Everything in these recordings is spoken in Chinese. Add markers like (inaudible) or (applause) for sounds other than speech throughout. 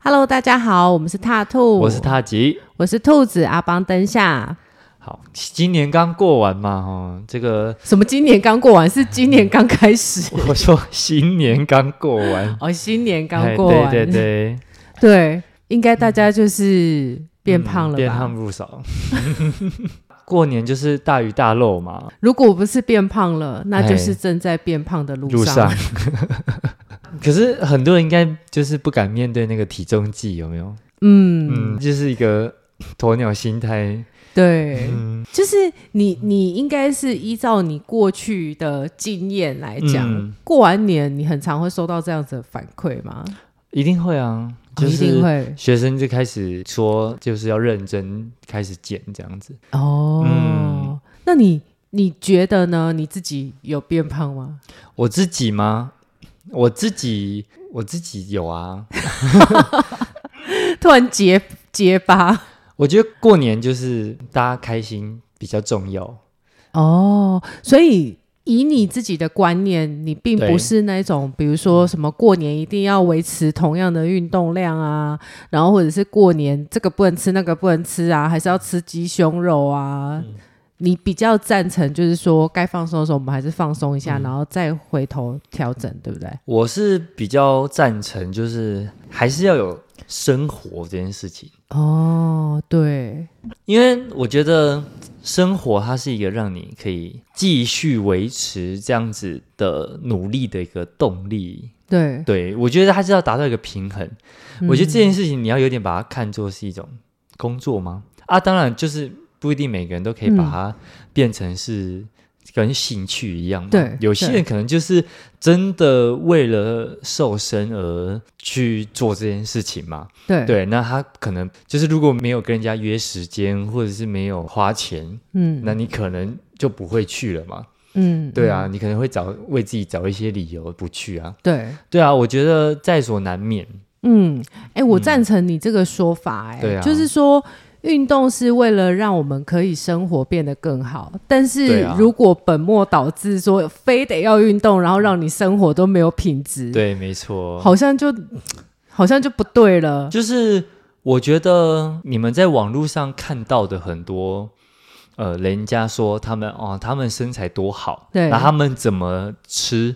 Hello，大家好，我们是踏兔，我是塔吉。我是兔子阿邦灯下。好，今年刚过完嘛，哦，(laughs) 这个。什么？今年刚过完，是今年刚开始，(laughs) 我说新年刚过完哦，新年刚哎过完，对对对，对应该大家就是变胖嗯了变吧？胖不少。 (laughs) 过年就是大鱼大肉嘛，如果不是变胖了，那就是哎正在变胖的路路上。上。 (laughs) 可是很多人应该就是不敢面对那个体重计，有没有？嗯，嗯，就是一个鸵鸟心态。对，嗯，就是你，你应该是依照你过去的经验来讲，嗯过完年你很常会收到这样子的反馈吗？一定会啊，就哦一定是会学生就开始说，就是要认真开始减这样子。哦。嗯那你你觉得呢？你自己有变胖吗？ (laughs) 我自己吗？我自己，我自己有啊。突然结结巴我觉得过年就是大家开心比较重要。哦，所以。以你自己的观念，你并对不是那种，比如说什么过年一定要维持同样的运动量啊，然后或者是过年这个不能吃那个不能吃啊，还是要吃鸡胸肉啊。嗯你比较赞成，就是说该放松的时候我们还是放松一嗯下，然后再回头调整，对不对？我是比较赞成，就是还是要有生活这件事情，哦，对，因为我觉得生活它是一个让你可以继续维持这样子的努力的一个动力。对，对我觉得它是要达到一个平衡。嗯我觉得这件事情你要有点把它看作是一种工作吗？啊，当然就是不一定每个人都可以把嗯它变成是跟兴趣一样嘛。对有些对人可能就是真的为了瘦身而去做这件事情嘛。对对，那他可能就是如果没有跟人家约时间，或者是没有花钱，嗯，那你可能就不会去了嘛。嗯，对嗯，啊，你可能会找为自己找一些理由不去啊。对，对啊，我觉得在所难免。嗯，哎、我嗯赞成你这个说法、哎、对啊就是说。运动是为了让我们可以生活变得更好，但对是啊如果本末倒置，说非得要运动，然后让你生活都没有品质，，对，没错。好像就好像就不对了。就是我觉得你们在网络上看到的很多，呃，人家说他们哦，他们身材多好，对然后他们怎么吃，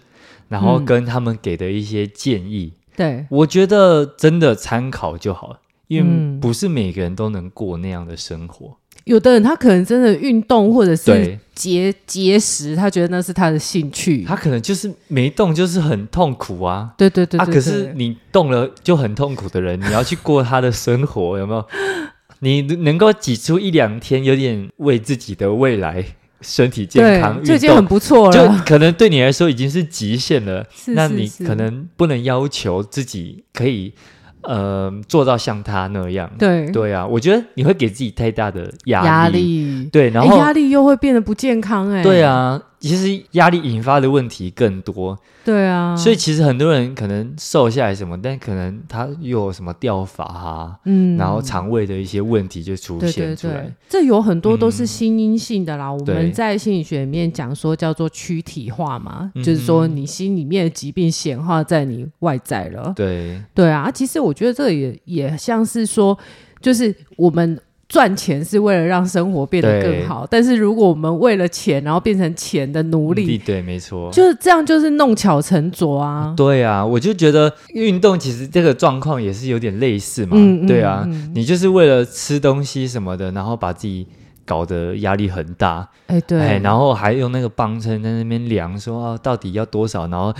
然后嗯跟他们给的一些建议，对，我觉得真的参考就好了。因为嗯不是每个人都能过那样的生活，有的人他可能真的运动或者是对节节食，他觉得那是他的兴趣。他可能就是没动，就是很痛苦啊。对对对对啊，可是对你动了就很痛苦的人，你要去过他的生活，有没有？你能够挤出一两天，有点为自己的未来身体健康对就运已经很动，不错就了。可能对你来说已经是极限了。是那是你是可能不能要求自己可以，呃，做到像他那样。对对啊，我觉得你会给自己太大的压力。压力，对，然哎后、压力又会变得不健康哎。对啊，其实压力引发的问题更多。对啊，所以其实很多人可能瘦下来什么，但可能他又有什么掉发啊，嗯然后肠胃的一些问题就出对对现出来。对，这有很多都是嗯心因性的啦。我对们在心理学里面讲说叫做躯体化嘛，嗯哼就是说你心里面的疾病显化在你外在了。对对啊，其实我觉得这也也像是说，就是我们。赚钱是为了让生活变得对更好，但是如果我们为了钱，然后变成钱的奴对隶，对，没错。就是这样，就是弄巧成拙啊。对啊，我就觉得运动其实这个状况也是有点类似嘛。嗯嗯对啊，嗯你就是为了吃东西什么的，然后把自己搞得压力很大，哎、对，哎，然后还用那个磅秤在那边量说，啊、到底要多少，然后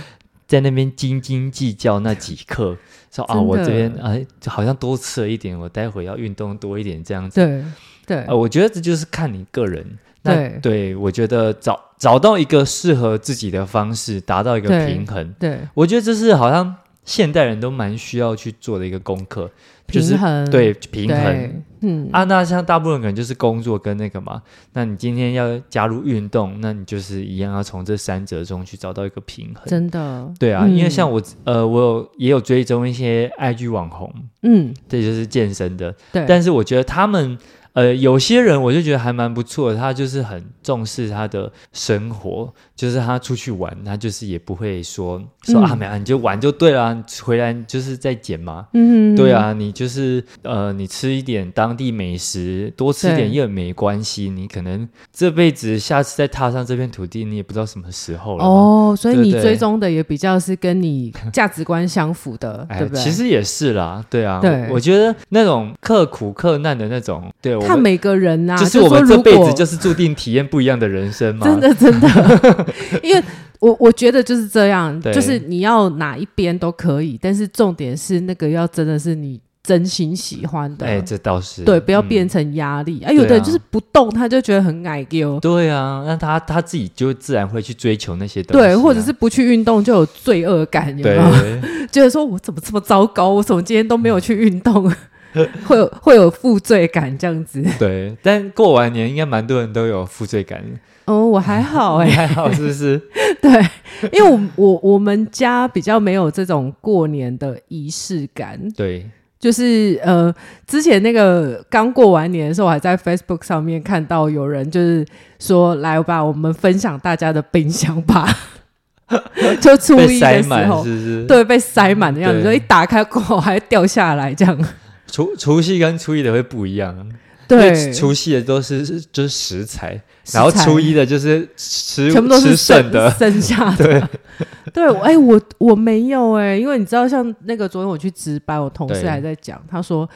在那边斤斤计较那几克，说啊，真的我这边哎好像多吃了一点，我待会要运动多一点这样子。对对、呃，我觉得这就是看你个人。那对对，我觉得找找到一个适合自己的方式，达到一个对平衡，对，我觉得这是好像现代人都蛮需要去做的一个功课，就是平衡对平衡。对，嗯啊，那像大部分人可能就是工作跟那个嘛，那你今天要加入运动，那你就是一样要从这三者中去找到一个平衡。真的，对啊，嗯因为像我呃，我有也有追踪一些 IG 网红，嗯，这就是健身的，对，但是我觉得他们呃，有些人我就觉得还蛮不错的，他就是很重视他的生活，就是他出去玩，他就是也不会说说、嗯啊，没啊，你就玩就对啦，你回来你就是再减嘛。嗯，对，啊，你就是呃，你吃一点当地美食，多吃一点对也没关系。你可能这辈子下次再踏上这片土地，你也不知道什么时候了嘛。哦，所以对你对追踪的也比较是跟你价值观相符的， (laughs) 哎对不对？其实也是啦，对啊，对我我觉得那种刻苦克难的那种，对我看们每个人啊，就是说我们这如辈子果就是注定体验不一样的人生 (laughs) 嘛。真 (laughs) 的真的，因为我我觉得就是这样，对就是你要哪一边都可以，但是重点是那个要真的是你真心喜欢的，哎、这倒是对，不要嗯啊变成压力。哎、有的人就是不动，他就觉得很矮丢。对啊，那他他自己就自然会去追求那些东西啊、对，或者是不去运动就有罪恶感，有没对有？ (laughs) 觉得说我怎么这么糟糕，我怎么今天都没有去运动， (laughs) (laughs) 会有会有负罪感这样子。对，但过完年应该蛮多人都有负 (laughs) 罪感，哦，我还好哎、你还好是不是？ (laughs) 对，因为我我我们家比较没有这种过年的仪式感，对，就是呃，之前那个刚过完年的时候，我还在 Facebook 上面看到有人就是说，来吧，我们分享大家的冰箱吧， (laughs) 就初被一塞的时满候，是不是？，对，被塞满的样子，对就一打开过后还掉下来这样，除除夕跟初一的会不一样，因对为，除夕的都是是就是食材，食然后材初一的就是吃全部都是吃剩剩的，剩下的。(laughs) 对对，我哎、我我没有哎、因为你知道，像那个昨天我去值班，我同事对还在讲，他说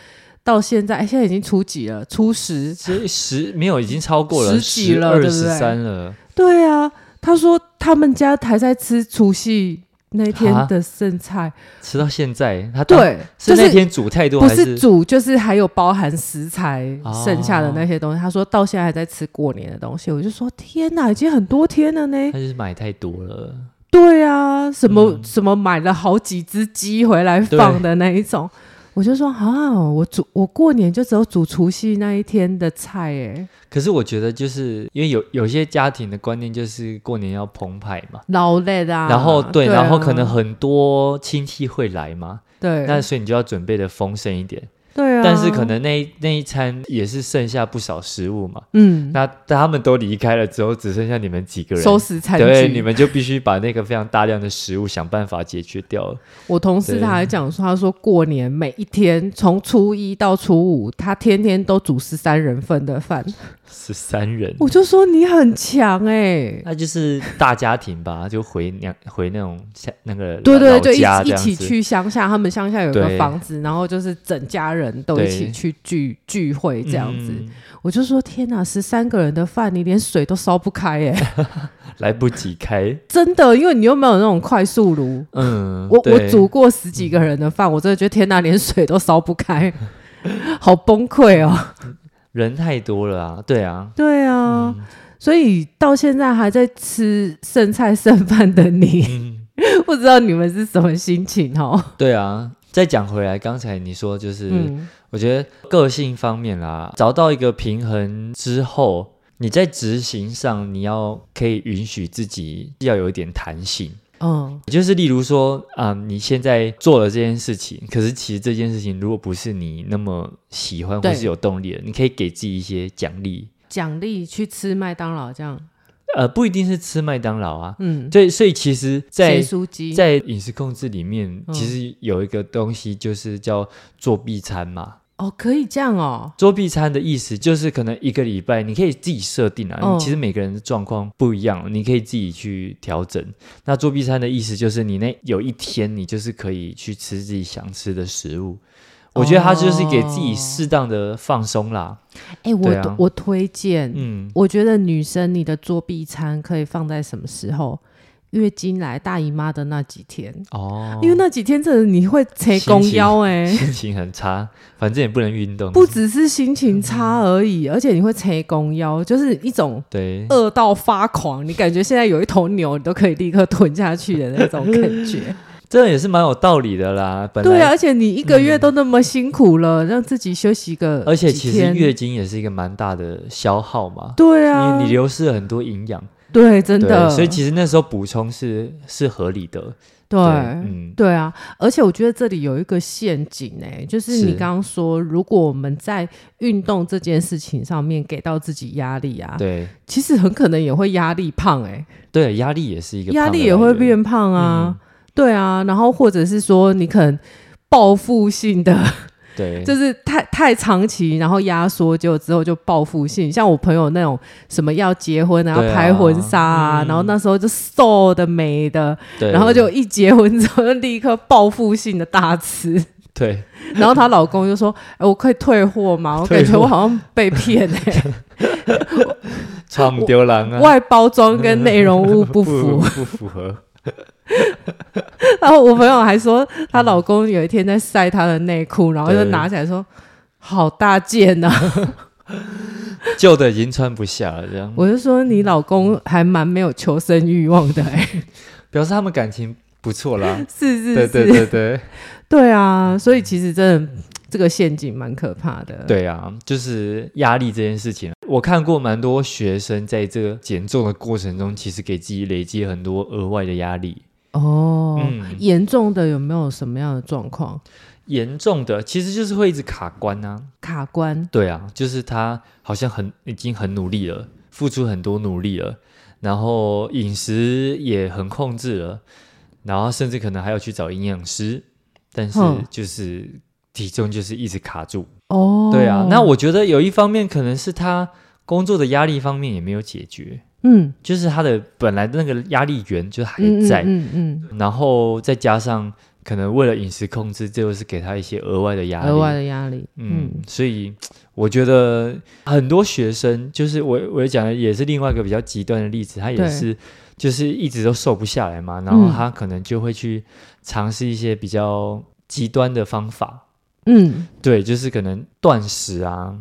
到现在，哎、现在已经初几了？初十，这十没有已经超过了十几了二对不十对三了，对啊，他说他们家还在吃除夕那天啊的剩菜，吃到现在他当对，就是那是天煮太多不还是煮，就是还有包含食材哦剩下的那些东西。他说到现在还在吃过年的东西，我就说天哪，已经很多天了呢他。就是买太多了。对啊，什么、哎嗯什么买了好几只鸡回来放的那一种。我就说啊，我煮我过年就只有煮除夕那一天的菜哎，可是我觉得，就是因为有有些家庭的观念就是过年要澎湃嘛，劳累的啊。然后对，啊然后可能很多亲戚会来嘛，对，啊那所以你就要准备的丰盛一点。对啊，但是可能那一那一餐也是剩下不少食物嘛，嗯，那他们都离开了之后，只剩下你们几个人。收拾餐具。对，你们就必须把那个非常大量的食物想办法解决掉了。我同事对他还讲说，他说过年每一天从初一到初五，他天天都煮十三人份的饭。十三人，我就说你很强哎、那就是大家庭吧，就回娘回那种像那个对对老对，家就一这一样起子。去乡下，他们乡下有对个房子，然后就是整家人都一起对去聚聚会这样子。嗯我就说天哪，十三个人的饭，你连水都烧不开哎、来不及开， (laughs) 真的，因为你又没有那种快速炉。嗯， (laughs) 我我对煮过十几个人的饭，我真的觉得天哪，连水都烧不 (laughs) 开，好崩溃哦。人太多了啊，对啊，对啊，所以到现在还在吃剩菜剩饭的你，嗯， (laughs) 不知道你们是什么心情哦。对啊。再讲回来，刚才你说就是，嗯，我觉得个性方面啦，找到一个平衡之后，你在执行上你要可以允许自己要有一点弹性。嗯，也就是例如说，啊、你现在做了这件事情，可是其实这件事情如果不是你那么喜欢或对是有动力的，你可以给自己一些奖励，奖励去吃麦当劳这样，呃，不一定是吃麦当劳啊。嗯，对，所以其实在，咸酥鸡，在饮食控制里面，嗯其实有一个东西就是叫作弊餐嘛。哦，可以这样哦，作弊餐的意思就是，可能一个礼拜你可以自己设定啊。嗯其实每个人的状况不一样，你可以自己去调整。那作弊餐的意思就是，你那有一天你就是可以去吃自己想吃的食物。我觉得它就是给自己适当的放松啦。哎，我对啊我推荐，嗯，我觉得女生你的作弊餐可以放在什么时候？月经来大姨妈的那几天，哦，因为那几天真的你会捶心弓情腰哎、心情很差，反正也不能运动。不只是心情差而已，而且你会捶弓腰，就是一种对，饿到发狂，你感觉现在有一头牛，你都可以立刻吞下去的那种感 (laughs) 觉。这也是蛮有道理的啦。本来嗯对啊，而且你一个月都那么辛苦了，让自己休息个而且几其实天月经也是一个蛮大的消耗嘛，对啊，你你流失了很多营养，对，真对的，所以其实那时候补充是是合理的。对。嗯，对啊，而且我觉得这里有一个陷阱哎、就是是你刚刚说，如果我们在运动这件事情上面给到自己压力啊，对其实很可能也会压力胖哎、对，压力也是一个压胖的啊嗯力也来会源变胖啊，对啊，然后或者是说你可能报复性的，对，就是太太长期，然后压缩，结果之后就报复性，像我朋友那种什么要结婚啊，对要啊拍婚纱啊，嗯然后那时候就瘦的美的，对然后就一结婚之后就立刻报复性的大吃， (laughs) 对然后她老公就说：“哎，我可以退货 (laughs) 吗？我退感货觉我好像被骗 (laughs) 哎、创丢狼啊，外包装跟内容物不符。” (laughs) 不符合。 (laughs) 然后我朋友还说，她老公有一天在晒她的内裤，然后就对拿起来说：“嗯好大件啊呐、旧的已经穿不下了，这样我就说：“你老公还蛮没有求生欲望的、欸，。表示他们感情不错啦是 (laughs) 是是，对 (laughs) 对对对对啊！所以其实真的这个陷阱蛮可怕的。对啊，就是压力这件事情，啊我看过蛮多学生在这个减重的过程中，其实给自己累积很多额外的压力。哦，嗯，严重的有没有什么样的状况？严重的其实就是会一直卡关啊。卡关对啊，就是他好像很已经很努力了，付出很多努力了，然后饮食也很控制了，然后甚至可能还要去找营养师，但是哼就是体重就是一直卡住。哦，对啊，那我觉得有一方面可能是他工作的压力方面也没有解决，嗯就是他的本来的那个压力源就还嗯嗯在，嗯嗯然后再加上可能为了饮食控制，这又是给他一些额外的压力。额外的压力，嗯嗯，所以我觉得很多学生，就是我我讲的也是另外一个比较极端的例子，他也对是就是一直都瘦不下来嘛，然后嗯他可能就会去尝试一些比较极端的方法，嗯对，就是可能断食啊，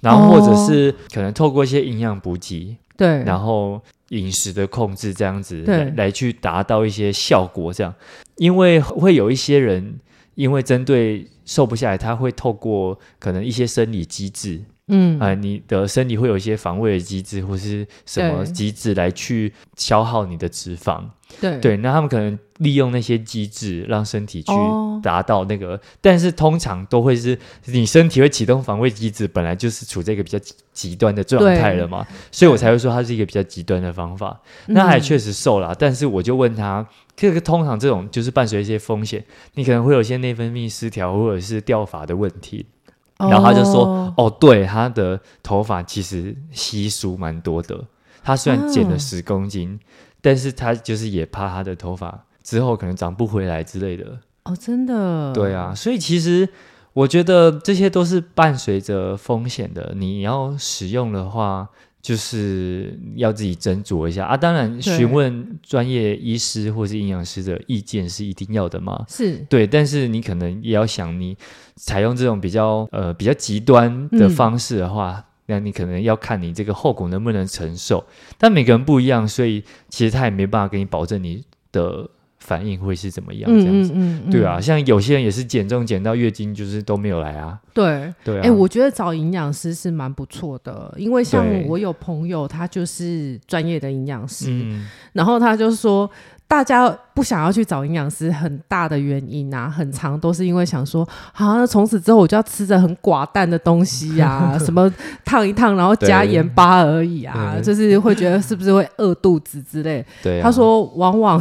然后或者哦是可能透过一些营养补给，对，然后饮食的控制这样子对来来去达到一些效果，这样，因为会有一些人因为针对瘦不下来，他会透过可能一些生理机制，嗯啊、你的身体会有一些防卫的机制或是什么对机制来去消耗你的脂肪，对对，那他们可能利用那些机制让身体去哦达到那个，但是通常都会是你身体会启动防卫机制，本来就是处在一个比较极极端的状态了嘛，所以我才会说它是一个比较极端的方法。嗯那他也确实瘦了啊，但是我就问他，这个通常这种就是伴随一些风险，你可能会有一些内分泌失调或者是掉发的问题。嗯然后他就说哦哦，对，他的头发其实稀疏蛮多的。他虽然减了啊十公斤，但是他就是也怕他的头发之后可能长不回来之类的。哦，真的，对啊，所以其实我觉得这些都是伴随着风险的。你要使用的话，就是要自己斟酌一下啊。当然，对询问专业医师或是营养师的意见是一定要的嘛。是，对，但是你可能也要想，你采用这种比较呃比较极端的嗯方式的话，那你可能要看你这个后果能不能承受。但每个人不一样，所以其实他也没办法给你保证你的反应会是怎么样这样嗯子。嗯嗯，对啊，，像有些人也是减重减到月经就是都没有来啊，对，对啊，哎、我觉得找营养师是蛮不错的，因为像对我有朋友，他就是专业的营养师，嗯，然后他就说，大家不想要去找营养师，很大的原因啊，很长都是因为想说，好、啊，那从此之后我就要吃着很寡淡的东西 (laughs) 呀，什么烫一烫，然后加对盐巴而已啊，对就是会觉得是不是会饿肚子之类。对啊，他说，往往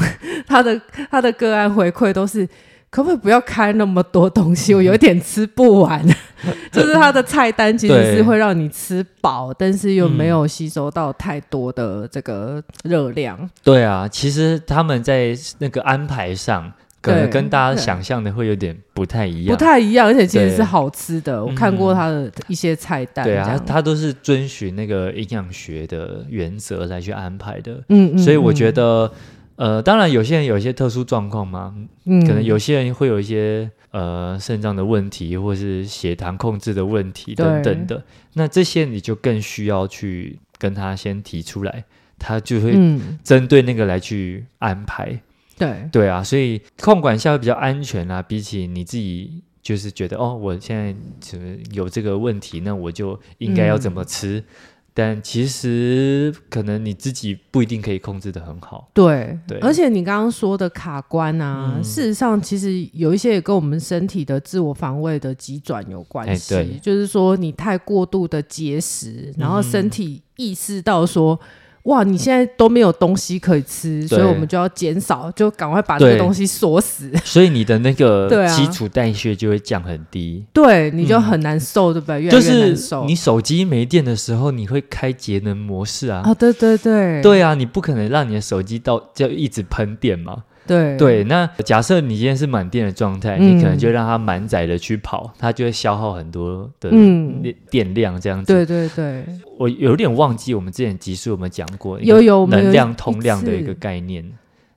他的他的个案回馈都是。可不可以不要开那么多东嗯西？我有点吃不完， (laughs) 就是他的菜单其实对嗯是会让你吃饱，但是又没有吸收到太多的这个热量。对啊，其实他们在那个安排上，可能对跟大家对想象的会有点不太一样，不太一样，而且其实对是好吃的。我看过他的一些菜单，对啊，这它样它都是遵循那个营养学的原则来去安排的，嗯嗯，嗯所以我得觉得，呃，当然有些人有一些特殊状况嘛，可能有些人会有一些呃肾脏的问题，或是血糖控制的问题对等等的，那这些你就更需要去跟他先提出来，他就会嗯，针对那个来去安排。对对啊，所以控管下会比较安全啦、比起你自己嗯就是觉得哦，我现在只有这个问题，那我就应该要怎么吃。但其实可能你自己不一定可以控制的很好。 (laughs) 对，对而且你刚刚说的卡关啊，嗯事实上其实有一些也跟我们身体的自我防卫的急转有关系，哎对嗯就是说你太过度的节食，然后身体意识到说。哇，你现在都没有东西可以吃，所以我们就要减少，就赶快把这个对东西锁死，所以你的那对个啊基础代谢就会降很低，对，你就很难受，对不对？越来嗯就越难是受。你手机没电的时候，你会开节能模式啊。啊，对对对对啊，你不可能让你的手机到就一直喷电嘛。对对，那假设你今天是满电的状态，嗯你可能就让它满载的去跑，它就会消耗很多的嗯电电量这样子。对对对，我有点忘记我们之前集数有没有讲过一个有有我们有能一量通量的一个次概念，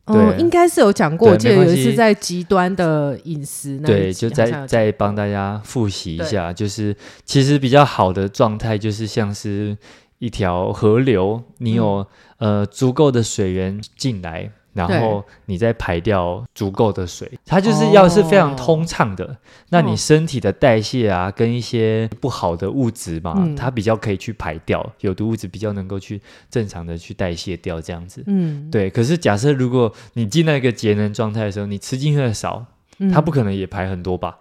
哦，对应该是有讲过，对我记得没有关一次系在极端的饮食那对，一集就好像有再讲再帮大家复习一下，就是其实比较好的状态就是像是一条河流，你有、呃足够的水源进来。然嗯对后你再排掉足够的水，它就是要是非常哦通畅的，那你嗯身体的代谢啊，跟一些不好的物质嘛，嗯它比较可以去排掉，有毒物质比较能够去正常的去代谢掉，这样子。嗯，对，可是假设如果你进到一个节能状态的时候，你吃进去的少，嗯它不可能也排很多吧？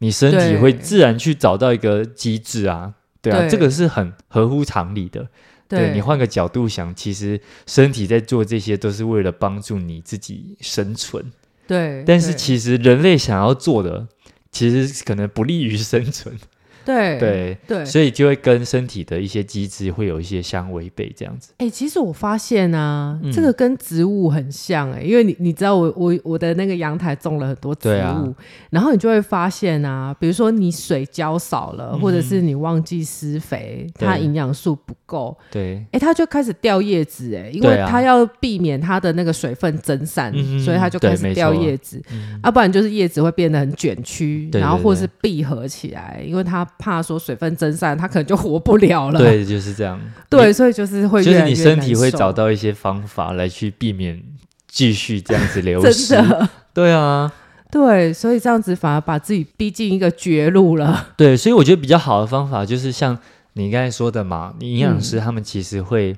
你身体对会自然去找到一个机制啊，对啊，对这个是很合乎常理的。对你换个角度想，其实身体在做这些都是为了帮助你自己生存，对，但是对其实人类想要做的，其实可能不利于生存，对对，对，所以就会跟身体的一些机制会有一些相违背，这样子。哎、其实我发现啊，嗯这个跟植物很像哎、因为你你知道我我我的那个阳台种了很多植物，对啊然后你就会发现啊，比如说你水浇少了，嗯或者是你忘记施肥，它对营养素不够，对，哎、它就开始掉叶子哎、因对为啊它要避免它的那个水分蒸散，嗯哼所以它就对开始没掉错叶子，啊嗯，要不然就是叶子会变得很卷曲，对然后对或对是闭合起来，因为它怕说水分蒸散，它可能就活不了了。对，就是这样。对，所以就是 (laughs) 会就越是来你越身体难会受找到一些方法来去避免继续这样子流 (laughs) 失真。的对啊，对，所以这样子反而把自己逼进一个绝路了。对，所以我觉得比较好的方法就是像你刚才说的嘛，你营养嗯师他们其实会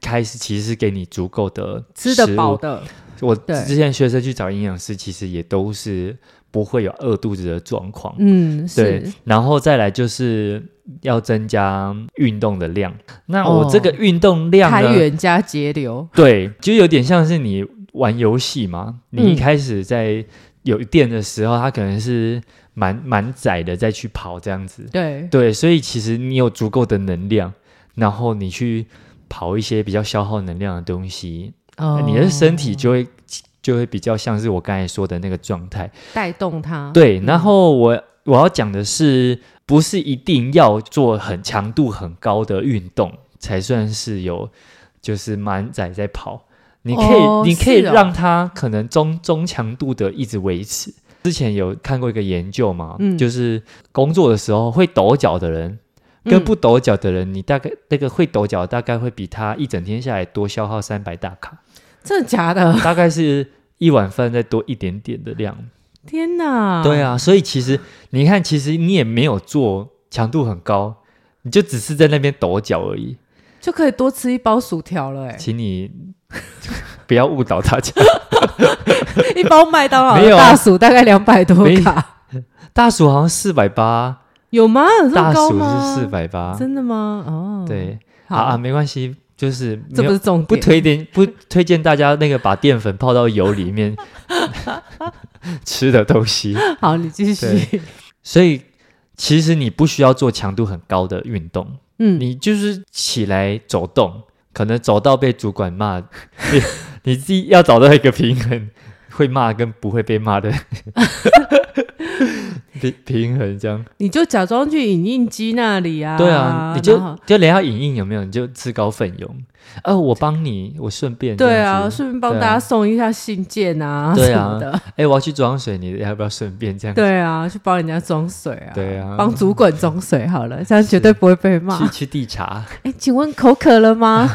开始其实是给你足够的吃得食物饱。的，我对之前学生去找营养师，其实也都是不会有饿肚子的状况。嗯，对是，，然后再来就是要增加运动的量。那我哦这个运动量开呢？源加节流，对，就有点像是你玩游戏嘛，你一开始在有电的时候，它可能是蛮蛮窄的，再去跑这样子。对对，所以其实你有足够的能量，然后你去跑一些比较消耗能量的东西，哦你的身体就会就会比较像是我刚才说的那个状态。带动它。对，嗯然后我我要讲的是，不是一定要做很强度很高的运动才算是有，就是满载在跑。你可以，哦你可以是哦让它可能中中强度的一直维持。之前有看过一个研究嘛，嗯就是工作的时候会抖脚的人跟嗯不抖脚的人，你大概那个会抖脚大概会比他一整天下来多消耗三百大卡，真的假的？大概是一碗饭再多一点点的量。天哪！对，啊，所以其实你看，其实你也没有做强度很高，你就只是在那边抖脚而已。就可以多吃一包薯条了，哎， (laughs) 请你 (laughs) 不要误导大家。一包麦当劳没的有啊大薯大概两百多没卡， (laughs) 大薯好像四百八，有吗？有这么大高薯吗？是四，百八，真的吗？哦，，对，好啊啊，没关系，就是这没不有是重点，不推荐不推荐大家那个把淀粉泡到油里 (laughs) 面 (laughs) 吃的东西。好，你继续对。所以其实你不需要做强度很高的运动，嗯，你就是起来走动，可能走到被主管骂， (laughs) 你你自己要找到一个平衡，会骂跟不会被 (laughs) 骂的平平衡这样。你就假装去影印机那里啊。对啊，你就然后就连要影印有没有，你就自告奋勇，呃，我帮你，我顺便这对样啊，子顺便帮对啊大家送一下信件啊，对什啊么的。哎、我要去装水，你要不要顺便这样？对啊，去帮人家装水啊，对啊帮主管装水好了，这样绝对不会被骂去。去递茶，哎，请问口渴了 (laughs) 吗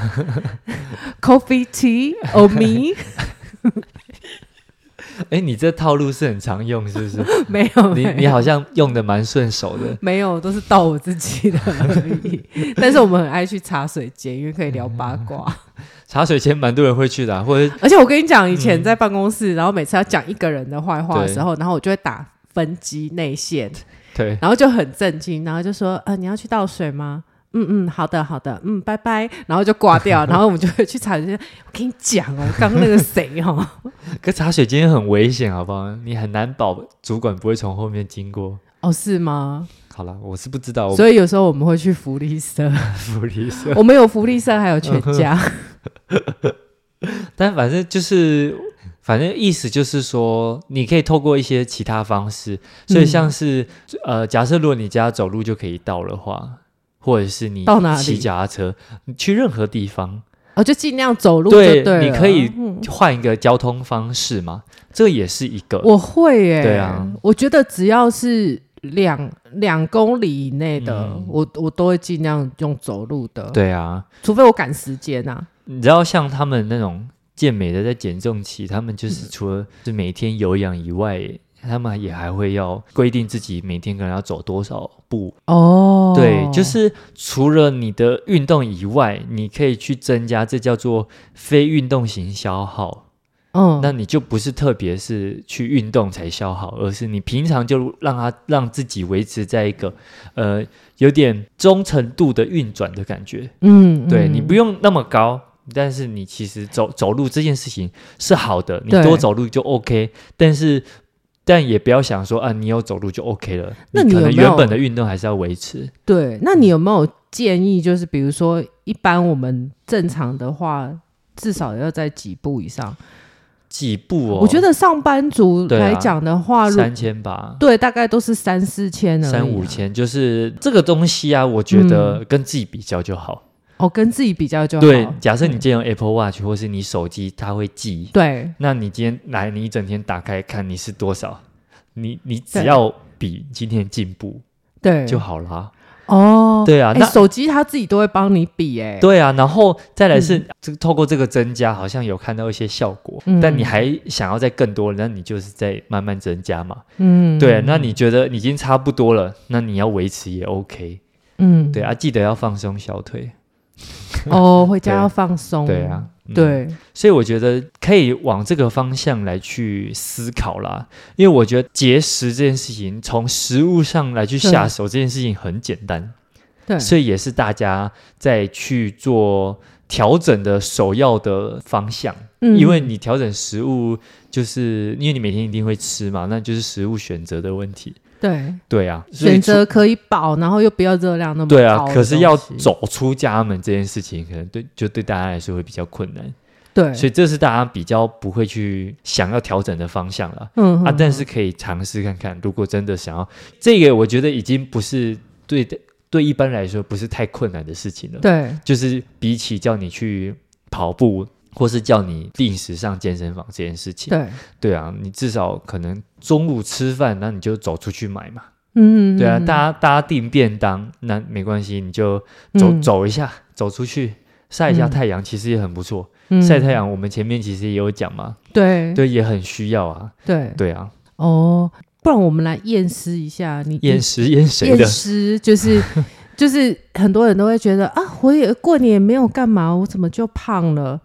(laughs) ？Coffee tea or me？哎，你这套路是很常用，是 (laughs) 不是？没有，你没你有好像用的蛮顺手的。没有，都是到我自己的而已。 (laughs) 但是我们很爱去茶水间，因为可以聊八卦。嗯茶水间蛮多人会去的啊、或者而且我跟你讲，以嗯前在办公室，然后每次要讲一个人的坏话的对时候，然后我就会打分机内线，对，然后就很震惊，然后就说：“呃，你要去倒水吗？”嗯嗯，好的好的，嗯，拜拜，然后就挂 (laughs) 掉，然后我们就会去查一下。我跟你讲哦，刚刚那个谁 (laughs) 哦，可茶水间很危险，好不好？你很难保主管不会从后面经过。哦是吗？好啦，我是不知道，我所以有时候我们会去福利 (laughs) 社，福利社，我们有福利社，还有全家。 (laughs) 但反正就是，反正意思就是说，你可以透过一些其他方式，所嗯以像是、呃，假设如果你家走路就可以到的话，或者是你到哪里骑脚踏车，你去任何地方，哦，就尽量走路就对了你可以嗯换一个交通方式嘛，这也是一个。我会耶、对啊，我觉得只要是两两公里以内的，嗯我我都会尽量用走路的，，对啊，除非我赶时间啊。你知道像他们那种健美的在减重期，他们嗯就是除了是每天有氧以外，他们也还会要规定自己每天可能要走多少步。哦，对，就是除了你的运动以外，你可以去增加，这叫做非运动型消耗。嗯，那你就不是特别是去运动才消耗，而是你平常就让它让自己维持在一个呃有点中程度的运转的感觉。嗯，对嗯你不用那么高，但是你其实走走路这件事情是好的，你对多走路就 OK，但是但也不要想说啊，你有走路就 OK 了，那可你有能没有原本的运动还是要维持。对。那你有没有建议？就是比如说，一般我们正常的话，至少要在几步以上？几步哦，我觉得上班族对啊来讲的话，如三千吧，对，大概都是三四千而已啊三五千，就是这个东西啊，我觉得跟自己比较就好。哦，跟自己比较就好。对，假设你今天用 Apple Watch 或是你手机，它会记，对，那你今天来，你一整天打开看你是多少，你你只对要比今天进步对，就好啦。哦，对啊，哎、那手机它自己都会帮你比、哎，对啊，然后再嗯来是、这个透过这个增加，好像有看到一些效果，嗯但你还想要再更多，那你就是在慢慢增加嘛。嗯，对，啊那你觉得你已经差不多了，那你要维持也 OK。嗯，对，啊，记得要放松小腿。哦，回对家要放松，对啊，嗯，对，所以我觉得可以往这个方向来去思考啦，因为我觉得节食这件事情，从食物上来去下手这件事情很简单，对，所以也是大家在去做调整的首要的方向。嗯因为你调整食物，就是因为你每天一定会吃嘛，那就是食物选择的问题。对对啊，所以选择可以饱，然后又不要热量那么出对啊高，的可是要东西，走出家门这件事情，可能对就对大家来说会比较困难，对，所以这是大家比较不会去想要调整的方向了。嗯啊，嗯但是可以尝试看看，如果真的想要这个，我觉得已经不是对的，对一般来说不是太困难的事情了。嗯对就是比起叫你去跑步，或是叫你定时上健身房这件事情，对，嗯对啊，你至少可能中午吃饭，那你就走出去买嘛。嗯，对啊，嗯大家大家订便当，那没关系，你就走、嗯走一下，走出去晒一下嗯太阳，其实也很不错。嗯晒太阳，我们前面其实也有讲嘛，对对，也很需要啊。对对啊，哦，不然我们来验尸一下，你验食验谁验的？尸就是。 (laughs) 就是很多人都会觉得啊，我也过年也没有干嘛，我怎么就胖了？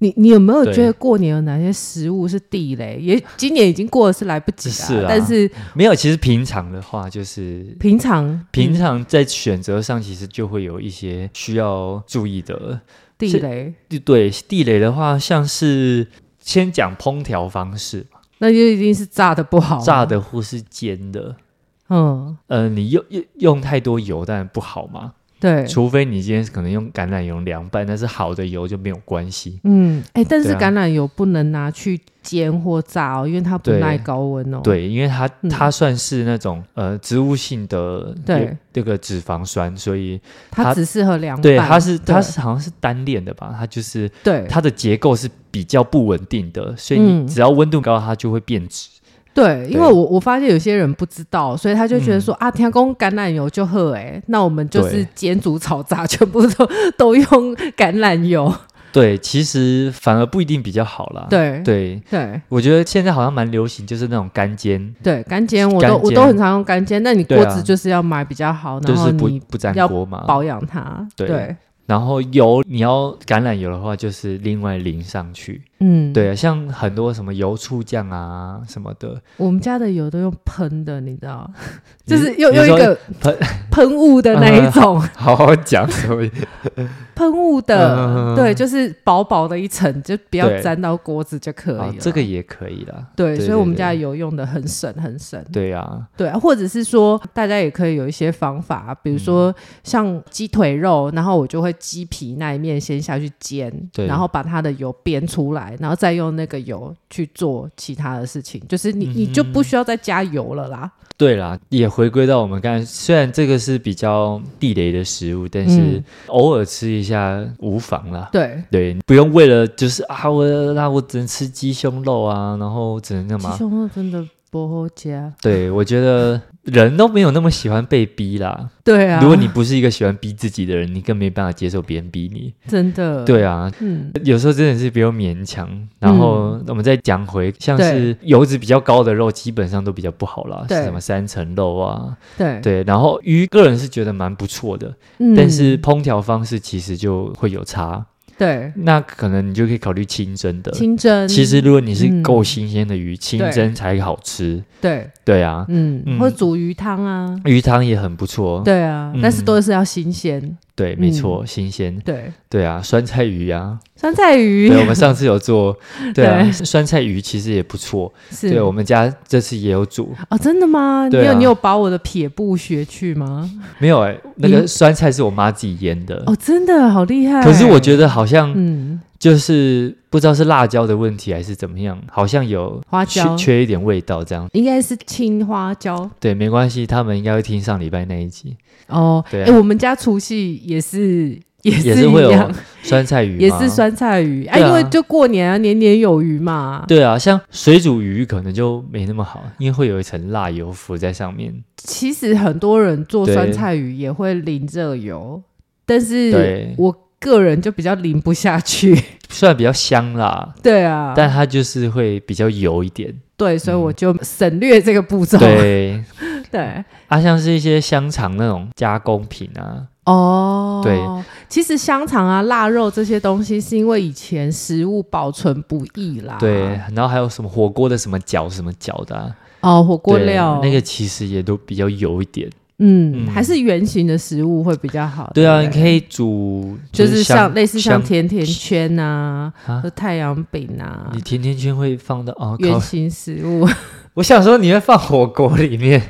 你你有没有对觉得过年有哪些食物是地雷？也今年已经过了，是来不及是啊了。但是没有，其实平常的话就是。平常嗯平常在选择上，其实就会有一些需要注意的。地是雷，对地雷的话，像是先讲烹调方式嘛，那就一定是炸的不好，啊炸，的或是煎的，嗯，呃，你用用用太多油当然不好嘛，对，除非你今天可能用橄榄油凉拌，但是好的油就没有关系。嗯，哎、但是对啊橄榄油不能拿去煎或炸哦，因为它不对耐高温哦。，对，因为它嗯它算是那种呃植物性的对有这个脂肪酸，所以它它只适合嗯凉拌。对它是它对是好像是单链的吧，它就是对它的结构是比较不稳定的，所以你嗯只要温度高，它就会变质。对，因为对嗯我我发现有些人不知道，所以他就觉得说、啊，天公橄榄油就欸喝哎、那我们就是对 (laughs) 啊煎煮炒炸全部都都用橄榄油。对，其实反而不一定比较好啦。对对，对我觉得现在好像蛮流行，就是那种干煎，对，干煎我干都我煎都很常用干煎，那你锅对啊子就是要买比较好，就然后是不你不粘要锅嘛。保养它。对对，然后油你要橄榄油的话，就是另外淋上去。嗯，对啊，像很多什么油醋酱啊什么的， (laughs) 我们家的油都用喷的，你知道，你就是用你用一说个喷 (laughs) 喷雾的那一 (laughs) 种，好好讲什么？喷雾嗯的，对，就是薄薄的一层，就不要对沾到锅子就可以啊了。，这个也可以啦。对，所以我们对家的油用的很省很省。对啊，对，或者是说大家也可以有一些方法，啊比如嗯说像鸡腿肉，然后我就会鸡皮那一面先下去煎，对然后把它的油煸出来，然后再用那个油去做其他的事情，就是嗯你、你就不需要再加油了啦。对啦，也回归到我们刚才，虽然这个是比较地雷的食物，但是嗯偶尔吃一下无妨啦。对，对，不用为了就是啊，我那我只能吃鸡胸肉啊，然后只能干鸡嘛？胸肉真的不好啊加。对，我觉得人都没有那么喜欢被逼啦。对啊，如果你不是一个喜欢逼自己的人，你更没办法接受别人逼你。真的，对啊，嗯，有时候真的是不用勉强。然后我们再讲回，像是油脂比较高的肉，基本上都比较不好啦，对是什么三层肉啊，对，对。然后鱼，个人是觉得蛮不错的，嗯但是烹调方式其实就会有差。对那可能你就可以考虑清蒸的。清蒸，呃其实如果你是嗯够新鲜的鱼，清蒸才好吃。对，对啊，嗯嗯，或者煮鱼汤啊，鱼汤也很不错。对啊嗯，但是都是要新鲜，对，没错，新鲜。对，对啊，酸菜鱼啊，酸菜鱼对，我们上次 (laughs) 有做。对啊，对酸菜鱼其实也不错。是对，我们家这次也有煮，哦，真的吗？你对啊有你有把我的撇步学去吗？没有哎、那个你酸菜是我妈自己腌的。哦，真的好厉害。可是我觉得好像嗯，就是不知道是辣椒的问题还是怎么样，好像有花缺椒缺一点味道这样。应该是青花椒对，没关系，他们应该会听上礼拜那一集，哦。对啊诶我们家除夕也是也是也是会一有样，酸菜鱼，也是。酸菜鱼。哎、对啊因为就过年啊，年年有余嘛。对啊，像水煮鱼可能就没那么好，因为会有一层辣油浮在上面。其实很多人做对酸菜鱼也会淋热油，但是对我个人就比较淋不下去。 (laughs) 虽然比较香啦，对啊，但它就是会比较油一 (laughs) 点。对，所以我就省略这个步骤。嗯对， (laughs) 对啊，像是一些香肠那种加工品啊，哦，对，其实香肠啊、腊肉这些东西，是因为以前食物保存不易啦。对，，然后还有什么火锅的什么饺什么饺的、啊，哦，火锅对料那个，其实也都比较油一点。嗯，嗯还是圆形的食物会比较好。对啊，不你可以煮就是像类似像香甜甜圈啊、啊和太阳饼啊你，甜甜圈会放到哦，圆靠形食物， (laughs) 我想说你会放火锅里面，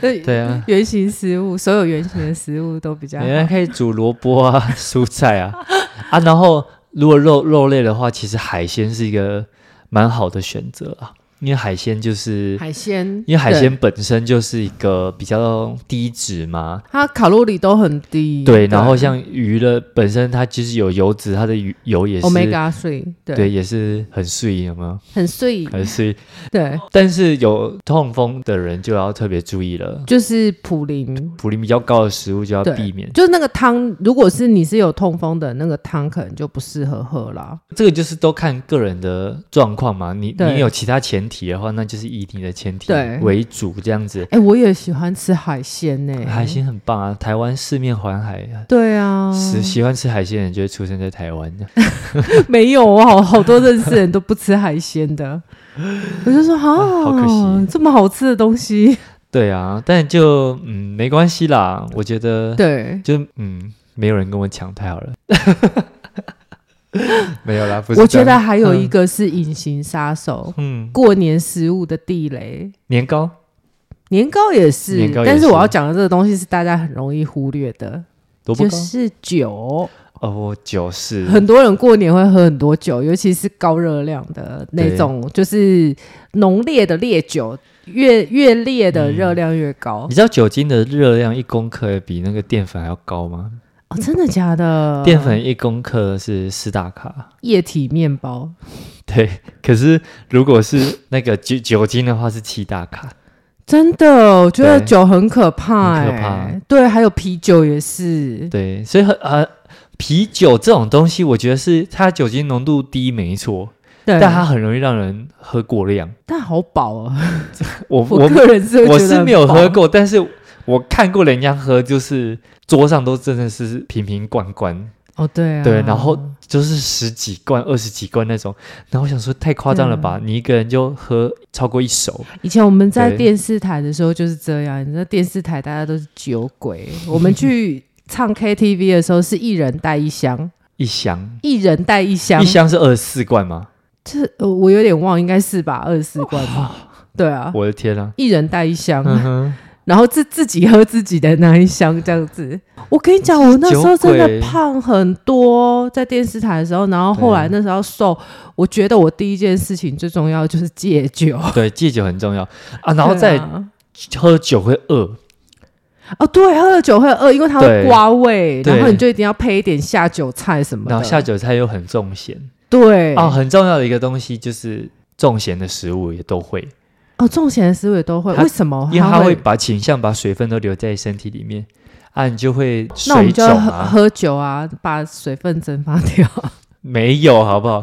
对对啊， (laughs) 圆形食物，所有圆形的食物都比较你还好。可以煮萝卜啊、蔬菜啊 (laughs) 啊，然后如果肉肉类的话，其实海鲜是一个蛮好的选择啊，因为海鲜就是海鲜，因为海鲜对本身就是一个比较低脂嘛，它卡路里都很低，对，然后像鱼的本身它其实有油脂，它的鱼油也是 omega three，对，对，也是很碎，有没有？很碎，很碎，对，但是有痛风的人就要特别注意了。就是普林。嘌呤比较高的食物就要对避免，就是那个汤，如果是你是有痛风的，那个汤可能就不适合喝啦。这个就是都看个人的状况嘛。你对你有其他前提的话，那就是以你的前提对为主这样子。哎、我也喜欢吃海鲜呢、海。鲜很棒啊，台湾四面环海，对啊，喜、喜欢吃海鲜的人就会出生在台湾。 (laughs) 没有我好好多认识人都不吃海鲜的。我就说啊，好可惜这么好吃的东 (laughs) 西。对啊，但就嗯没关系啦，我觉得对，就嗯没有人跟我抢太好了。 (laughs) 没有啦，不是嗯我这觉样得还有一个是隐形杀手，嗯过年食物的地雷。年糕年糕也是，年糕也是但是我要讲的这个东西是大家很容易忽略的，萝卜就糕、是酒。哦，我就是很多人过年会喝很多酒，尤其是高热量的那种，就是浓烈的烈酒，越越烈的热量越高你、知道酒精的热量一公克比那个淀粉还要高吗？哦，真的假的？淀粉一公克是四大卡， (laughs) 液体面包对。可是如果是那个酒酒精的话是七大卡，真的，我觉得对酒很可怕、很欸，可怕对，还有啤酒也是，对。所以很呃，啤酒这种东西，我觉得是它酒精浓度低没错，对，但它很容易让人喝过量。但好饱哦、我我我个人是会我觉得是很没有喝饱，过，但是我看过人家喝，就是桌上都真的是瓶瓶罐罐，哦，对啊，对然后就是十几罐、二十几罐那种。然后我想说太夸张了吧，嗯你一个人就喝超过一手，以前我们在对电视台的时候就是这样，你知道电视台大家都是酒鬼，我们去唱 KTV 的时候是一人带一箱，一箱一人带一箱，一箱是二十四罐吗？这、呃我有点忘，应该是吧，二十四罐吧，对啊，哦我的天啊！一人带一箱，嗯哼，然后自自己喝自己的那一箱这样子。我跟你讲，我那时候真酒鬼的胖很多，在电视台的时候，然后后来对那时候瘦，我觉得我第一件事情最重要就是戒酒， (laughs) 对，戒酒很重要啊，然后对再啊喝酒会饿，哦，对，喝了酒会饿，因为它对会刮胃，对然后你就一定要配一点下酒菜什么的。然后下酒菜又很重咸对啊，很重要的一个东西就是重咸的食物也都会，哦，重咸的食物也都会，它为什么？因为它哦它会把倾向把水分都留在身体里面啊，你就会那我水们就肿要喝啊，喝酒啊，把水分蒸发掉。没有好不 (laughs) 好？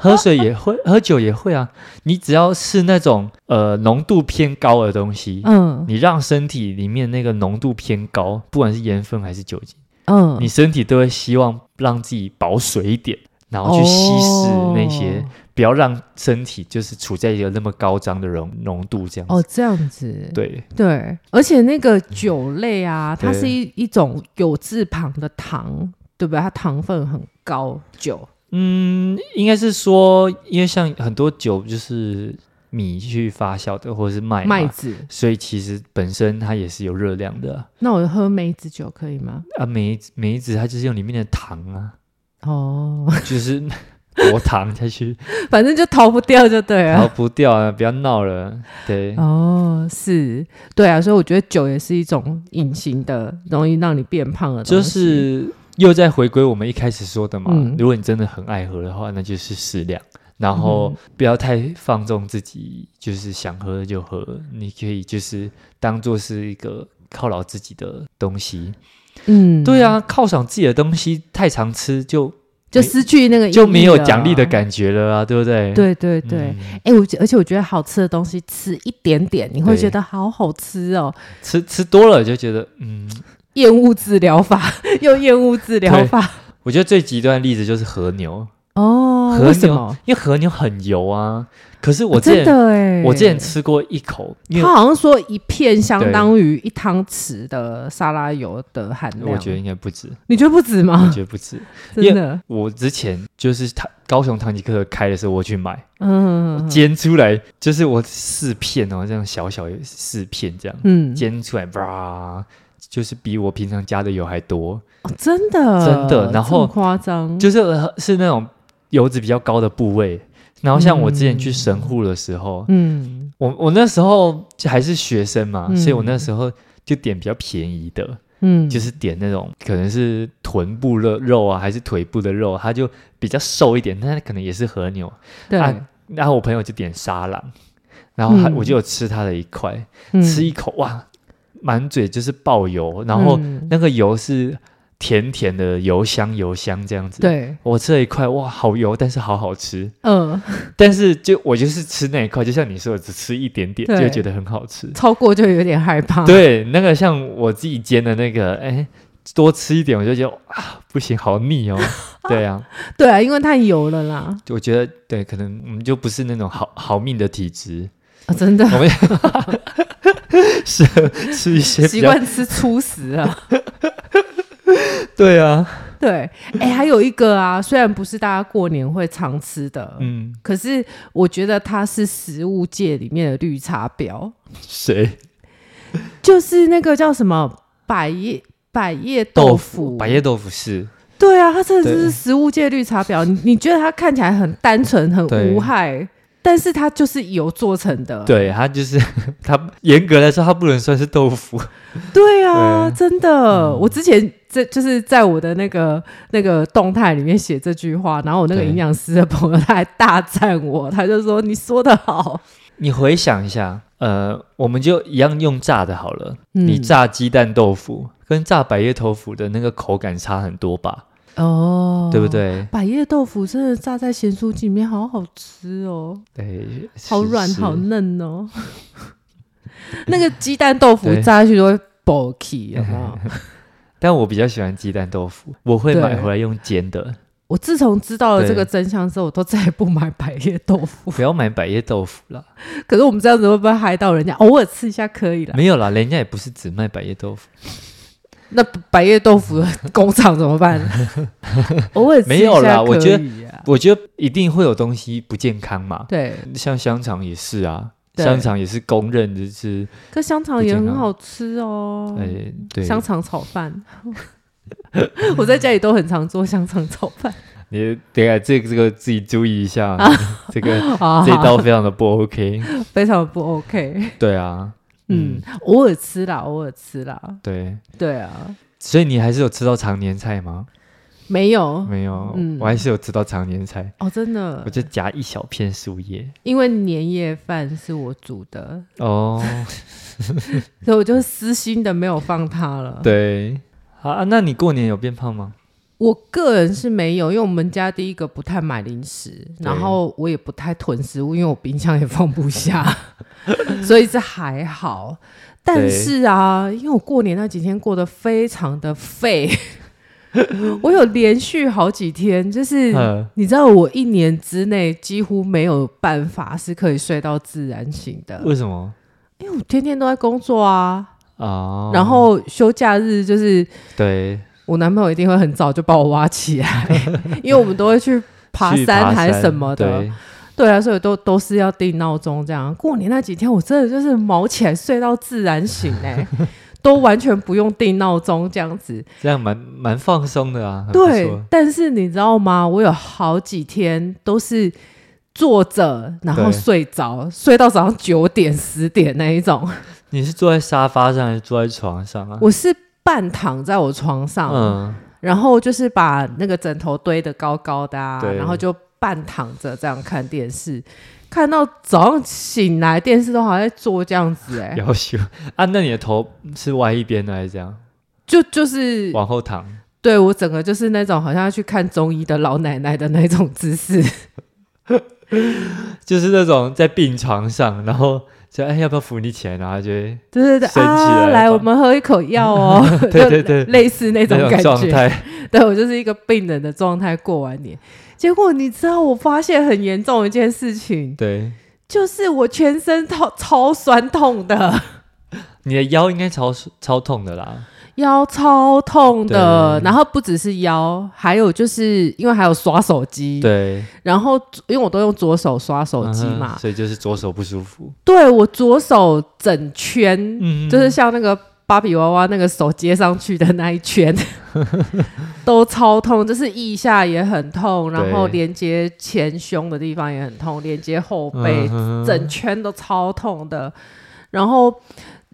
喝水也会，喝酒也会啊，你只要是那种呃浓度偏高的东西。嗯你让身体里面那个浓度偏高，不管是盐分还是酒精，嗯，你身体都会希望让自己保水一点，然后去稀释那些，哦不要让身体就是处在一个那么高张的浓浓度这样子。哦哦，这样子。对，对，而且那个酒类啊，它对是一一种有字旁的糖，对不对？它糖分很高，酒。嗯，应该是说，因为像很多酒就是米去发酵的，或者是麦嘛麦子，所以其实本身它也是有热量的啊那我喝梅子酒可以吗？啊。梅梅子它就是用里面的糖啊，哦， (laughs) 就是 (laughs) 果糖下去，反正就逃不掉就对逃了。不掉啊，不要闹了。对，哦，是对啊，所以我觉得酒也是一种隐形的，容易让你变胖的就东西是又在回归我们一开始说的嘛，嗯如果你真的很爱喝的话，那就是适量，然后嗯不要太放纵自己，就是想喝就喝，你可以就是当做是一个犒劳自己的东西。嗯，对，啊，犒赏自己的东西太常吃就就失去那个就意义没有了奖励的。感觉了啊，对不对？对对对，嗯哎、我觉而且我觉得好吃的东西吃一点点，你会对觉得好好吃哦。吃吃多了就觉得嗯。厌恶治疗法，用厌恶治疗法我觉得最极端的例子就是和牛，哦和为什牛么？因为和牛很油啊。可是我之真前、的哎，我之前吃过一口，因为他好像说一片相当于一汤匙的沙拉油的含量，我觉得应该不止，你觉得不止我吗？觉得不止。真的，我之前就是他高雄唐吉诃德开的时候，我去买，嗯煎出来就是我四片哦，这样小小的四片这样、嗯，煎出来，哇，就是比我平常加的油还多，哦真的真的然后这么夸张，就是呃是那种油脂比较高的部位。然后像我之前去嗯神户的时候，嗯我我那时候还是学生嘛，嗯所以我那时候就点比较便宜的，嗯，就是点那种可能是臀部的肉啊，还是腿部的肉，它就比较瘦一点，但它可能也是和牛。对，啊然后我朋友就点沙朗，然后他、嗯我就有吃他的一块，嗯吃一口哇，满嘴就是爆油，然后嗯那个油是甜甜的油香油香这样子。，对，我吃了一块哇，好油，但是好好吃。嗯，但是就我就是吃那一块，就像你说的，只吃一点点对就觉得很好吃。超过就有点害怕，，对，那个像我自己煎的那个，哎，多吃一点我就觉得啊，不行，(laughs) 好腻哦。对啊，对啊，因为太油了啦，就我觉得对，可能我们就不是那种好好命的体质，啊，真 (laughs) 的我们 (laughs) 是吃一些比习较惯吃粗食啊。 (laughs) 对啊，对，哎、还有一个啊，虽然不是大家过年会常吃的，嗯，可是我觉得它是食物界里面的绿茶婊，谁就是那个叫什么百叶百叶豆腐，百叶豆腐是对啊，它真的对是食物界绿茶婊。你你觉得它看起来很单纯、很对无害，但是它就是油做成的。对，它就是 (laughs) 它严格来说，它不能算是豆腐，对啊，对嗯真的，我之前这就是在我的那个那个动态里面写这句话，然后我那个对营养师的朋友他还大赞我，他就说你说的好， (laughs) 你回想一下，呃，我们就一样用炸的好了。嗯你炸鸡蛋豆腐跟炸百叶豆腐的那个口感差很多吧？哦，对不？对？百叶豆腐真的炸在咸酥鸡里面，好好吃哦，对，好是软是好嫩哦。 (laughs) 那个鸡蛋豆腐炸下去都会爆起，有没有？但我比较喜欢鸡蛋豆腐，我会对买回来用煎的，我自从知道了这对个真相之后，我都再也不买百叶豆腐。不要买百叶豆腐啦。 (laughs) 可是我们这样子会不会害到人家？偶尔吃一下可以了。没有啦，人家也不是只卖百叶豆腐，那百叶豆腐的 (laughs) 工厂怎么 (laughs) 办？偶尔吃一没有啦下可以啊我觉我觉得一定会有东西不健康嘛。对，像香肠也是啊，对香肠也是公认的是，可香肠不也健很康好吃哦。呃，对，香肠炒饭， (laughs) 我在家里都很常做香肠炒 (laughs) 饭你等一下这个这个自己注意 (laughs) 一下，这个啊这一道非常的不 OK。非常不 OK。对啊，嗯，偶尔吃啦，偶尔吃啦。对，对啊，所以你还是有吃到常年菜吗？没有没有，嗯我还是有吃到常年菜，哦，真的我，就夹一小片树叶。因为年夜饭是我煮的， (laughs) 哦，所以我就私心的没有放它了。对，好啊，那你过年有变胖吗？我个人是没有，因为我们家第一个不太买零食，然后我也不太囤食物，因为我冰箱也放不下， (laughs) 所以这还好。但是啊，因为我过年那几天过得非常的废， (laughs) 我有连续好几天，就是嗯你知道，我一年之内几乎没有办法是可以睡到自然醒的，呃为什么因为我天天都在工作啊，啊？然后休假日就是对，我男朋友一定会很早就把我挖起来，因为我们都会去爬去山还是山什么的。对，对啊，所以都都是要定闹钟这样。过年那几天，我真的就是毛起来睡到自然醒哎、都完全不用定闹钟这样子。这样蛮蛮放松的啊，很嗯不对错，但是你知道吗？我有好几天都是坐着，然后对睡着，睡到早上九点十点那一嗯种。你是坐在沙发上还是坐在床上啊？我是半躺在我床上，嗯，然后就是把那个枕头堆得高高的啊，对然后就半躺着这样看电视，看到早上醒来电视都还在做这样子、哎，要求啊，那你的头是歪一边的还是这样？就就是往后躺，对我整个就是那种好像要去看中医的老奶奶的那种姿势， (laughs) 就是那种在病床上，然后就哎要不要扶你起来，然后就会对对对升起来啊，来放我们喝一口药哦， (laughs) (laughs) 对对对就类似那种那感种状觉，态， (laughs) 对我就是一个病人的状态过完年。结果你知道，我发现很严重的一件事情，对，就是我全身超超酸痛的。你的腰应该超超痛的啦，腰超痛的，对然后不只是腰，还有就是因为还有刷手机，对，然后因为我都用左手刷手机嘛，嗯哼所以就是左手不舒服，对我左手整圈、嗯就是像那个芭比娃娃那个手接上去的那一 (laughs) 圈，都超痛，就是腋下也很痛，然后对连接前胸的地方也很痛，连接后背、嗯哼整圈都超痛的，然后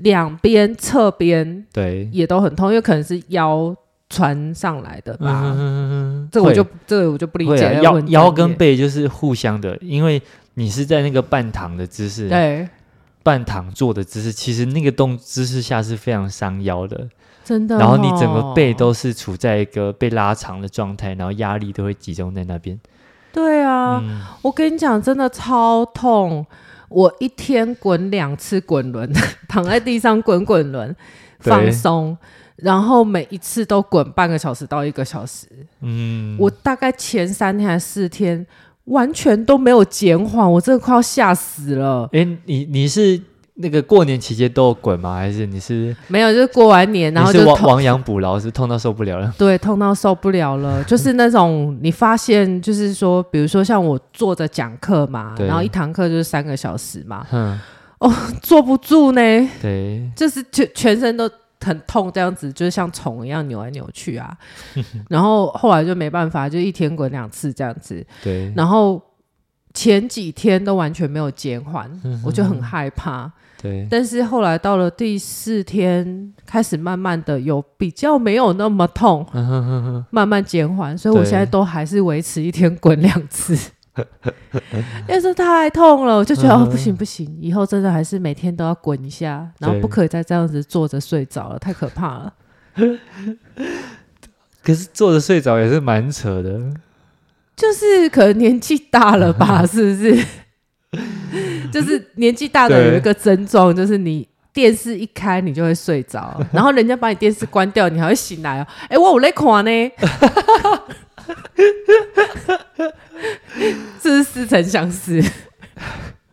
两边侧边对，也都很痛，因为可能是腰传上来的吧。嗯，这个我就会这个我就不理会解啊了。腰我很腰专跟业背就是互相的，因为你是在那个半躺的姿势，对，半躺坐的姿势，其实那个动姿势下是非常伤腰的，真的、哦然后你整个背都是处在一个被拉长的状态，然后压力都会集中在那边。对啊！嗯，我跟你讲，真的超痛，我一天滚两次滚轮， (laughs) 躺在地上滚滚轮对放松。然后每一次都滚半个小时到一个小时，嗯我大概前三天还是四天完全都没有减缓，我真的快要吓死了。哎，你你是那个过年期间都有滚吗？还是你是没有，就是过完年，然后你就是亡头亡羊补牢，是痛到受不了 (laughs) 了？对，痛到受不了了，就是那种你发现，就是说，比如说像我坐着讲课嘛，对然后一堂课就是三个小时嘛，哼，坐不住呢，嗯对，就是全全身都很痛，这样子就是像虫一样扭来扭去啊。然后后来就没办法，就一天滚两次这样子，对，然后前几天都完全没有减缓，我就很害怕。对，但是后来到了第四天，开始慢慢的有比较没有那么痛，嗯哼哼哼，慢慢减缓，所以我对现在都还是维持一天滚两次， (laughs) 因为这太痛了，我就觉得、嗯哦不行不行，以后真的还是每天都要滚一下，然后对不可以再这样子坐着睡着了，太可怕了。可是坐着睡着也是蛮扯的。 (laughs) 就是可能年纪大了吧，是不是？就是年纪大的有一个症状，就是你电视一开你就会睡着，然后人家把你电视关掉，你还会醒来哦。哎、我有在看呢，这是似曾相识，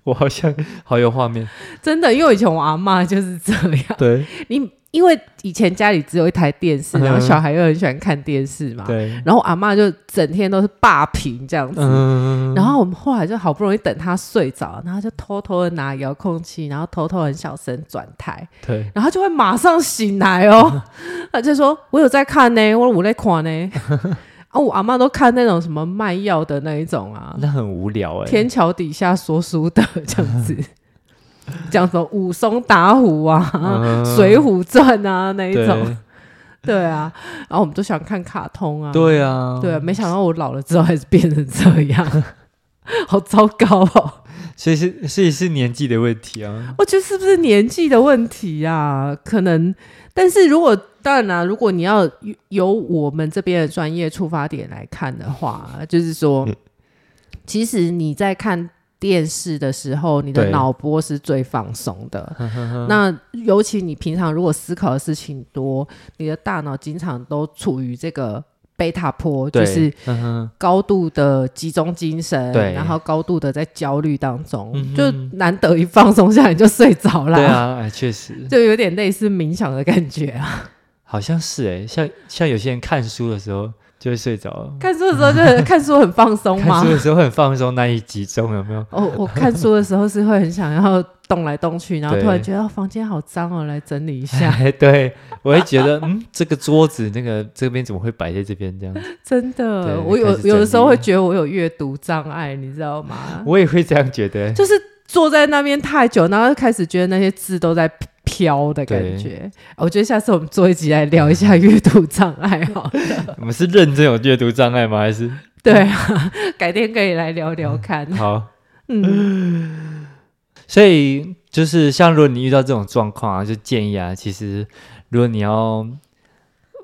我好像好有画面，真的，因为我以前我阿嬷就是这样。对你因为以前家里只有一台电视，然后小孩又很喜欢看电视嘛，对，然后我阿嬷就整天都是霸屏这样子，嗯，然后我们后来就好不容易等他睡着，然后就偷偷的拿遥控器，然后偷偷很小声转台，对，然后就会马上醒来哦。他就说：“我有在看呢，我我在看呢。”啊，我阿妈都看那种什么卖药的那一种啊，那很无聊哎、天桥底下说书的这样子，讲什么武松打虎啊、嗯水浒传》啊那一对种，对啊。然后我们都想看卡通啊，对啊，对啊，没想到我老了之后还是变成这样，好糟糕哦！所以是所以是年纪的问题啊，我觉得是不是年纪的问题啊？可能，但是如果当然啦、如果你要由由我们这边的专业出发点来看的话，就是说，嗯其实你在看电视的时候，你的对脑波是最放松的。 (laughs) 嗯那尤其你平常如果思考的事情多，你的大脑经常都处于这个贝塔波，就对是嗯哼，高度的集中精神，对然后高度的在焦虑当中，嗯哼就难得一放松下来你就睡着了，对啊，哎，确实 (laughs) 就有点类似冥想的感觉啊。好像是哎、像像有些人看书的时候就会睡着了，看书的时候就 (laughs) 很看书很放松嗯看嘛书，的时候很放松，难以集中，有没 (laughs) 有？哦，我看书的时候是会很想要动来动去，然后对突然觉得、哦房间好脏哦，来整理一 (laughs) 下，哎，对，我会觉得，嗯，这个桌子那个这边怎么会摆在这边这样子？真对的，我开有始整理有的时候会觉得我有阅读障碍，你知道吗？我也会这样觉得。就是坐在那边太久，然后就开始觉得那些字都在飘的感觉。哦我觉得下次我们做一集来聊一下阅读障碍 (laughs) 哈。我们是认真有阅读障碍吗？还是对啊，改天可以来聊聊看。好？嗯，所以就是像如果你遇到这种状况啊，就建议啊，其实如果你要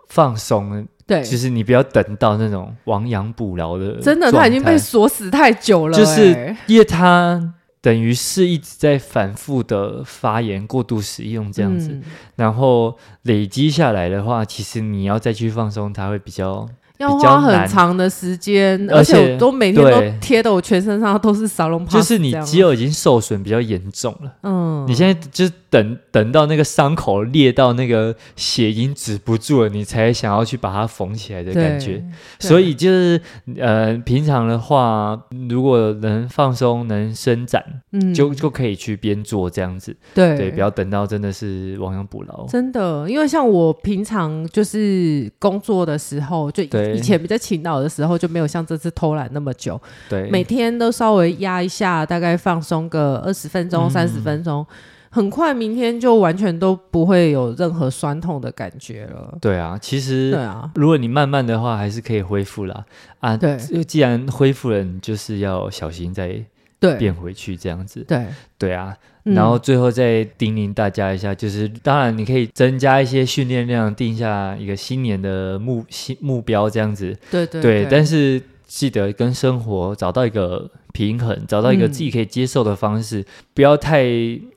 放松，对，就是你不要等到那种亡羊补牢的，真的他已经被。锁死太久了、就是哎因为它等于是一直在反复的发炎、过度使用这样子，嗯然后累积下来的话，其实你要再去放松，它会比较要比较花很难长的时间，而而且且我都每天都对贴的我全身上都是沙龙帕，就是你肌肉已经受损比较严重了。嗯，你现在就是等等到那个伤口裂到那个血已经止不住了，你才想要去把它缝起来的对感觉。，对所以就是呃，平常的话，如果能放松、能伸展，嗯，就就可以去边做这样子。对对，不要等到真的是亡羊补牢。真的，因为像我平常就是工作的时候，就以对以前比较勤劳的时候，就没有像这次偷懒那么久，对，每天都稍微压一下，大概放松个二十分钟、嗯三十分钟，很快明天就完全都不会有任何酸痛的感觉了。对啊，其对实啊，如果你慢慢的话，还是可以恢复啦。啊，对就既然恢复了，你就是要小心再对变回去这样子。对，对啊，嗯然后最后再叮咛大家一下，就是当然你可以增加一些训练量，定下一个新年的目新目标这样子。对对对，但是记得跟生活找到一个平衡，找到一个嗯自己可以接受的方式，不要太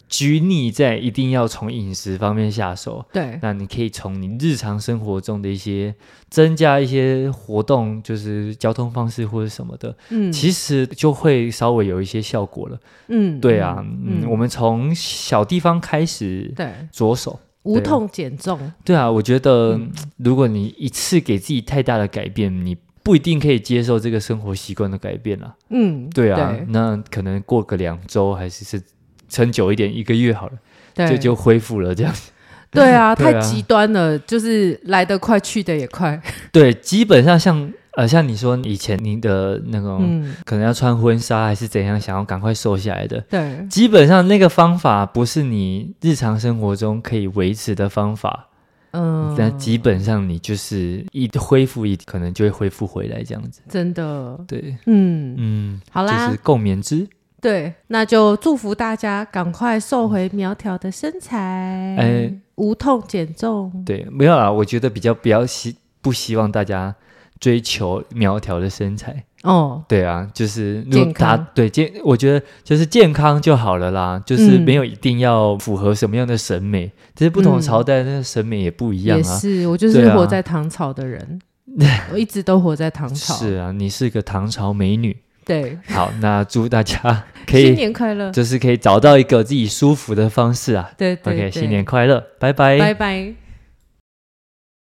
拘泥在一定要从饮食方面下手。对那你可以从你日常生活中的一些增加一些活动，就是交通方式或者什么的，嗯其实就会稍微有一些效果了。嗯对啊，嗯，我们从小地方开始对着手。无痛减重，对啊，我觉得、嗯如果你一次给自己太大的改变，你不一定可以接受这个生活习惯的改变啦。嗯，对啊，那可能过个两周还是是撑久一点，一个月好了，对就就恢复了这样。 (laughs) 对啊，对啊太极端了，就是来得快，去得也快，对，基本上像呃像你说以前你的那种、嗯，可能要穿婚纱还是怎样，想要赶快瘦下来的，对基本上那个方法不是你日常生活中可以维持的方法。嗯，那基本上你就是一恢复一，可能就会恢复回来这样子。真的，对，嗯，嗯，好啦，就是共勉之。对，那就祝福大家赶快瘦回苗条的身材，哎无痛减重，对，没有啦，我觉得比较不要希不希望大家追求苗条的身材。哦，对啊，就是如果健大康对健，我觉得就是健康就好了啦，就是嗯没有一定要符合什么样的审美，只是不同嗯朝代那个审美也不一样也啊。是，我就对是啊活在唐朝的 (laughs) 人，我一直都活在唐朝。是啊，你是个唐朝美女。对，好，那祝大家可新以年快乐，就是可以找到一个自己舒服的方式啊。对对 OK，对，哎新年快乐，拜拜拜。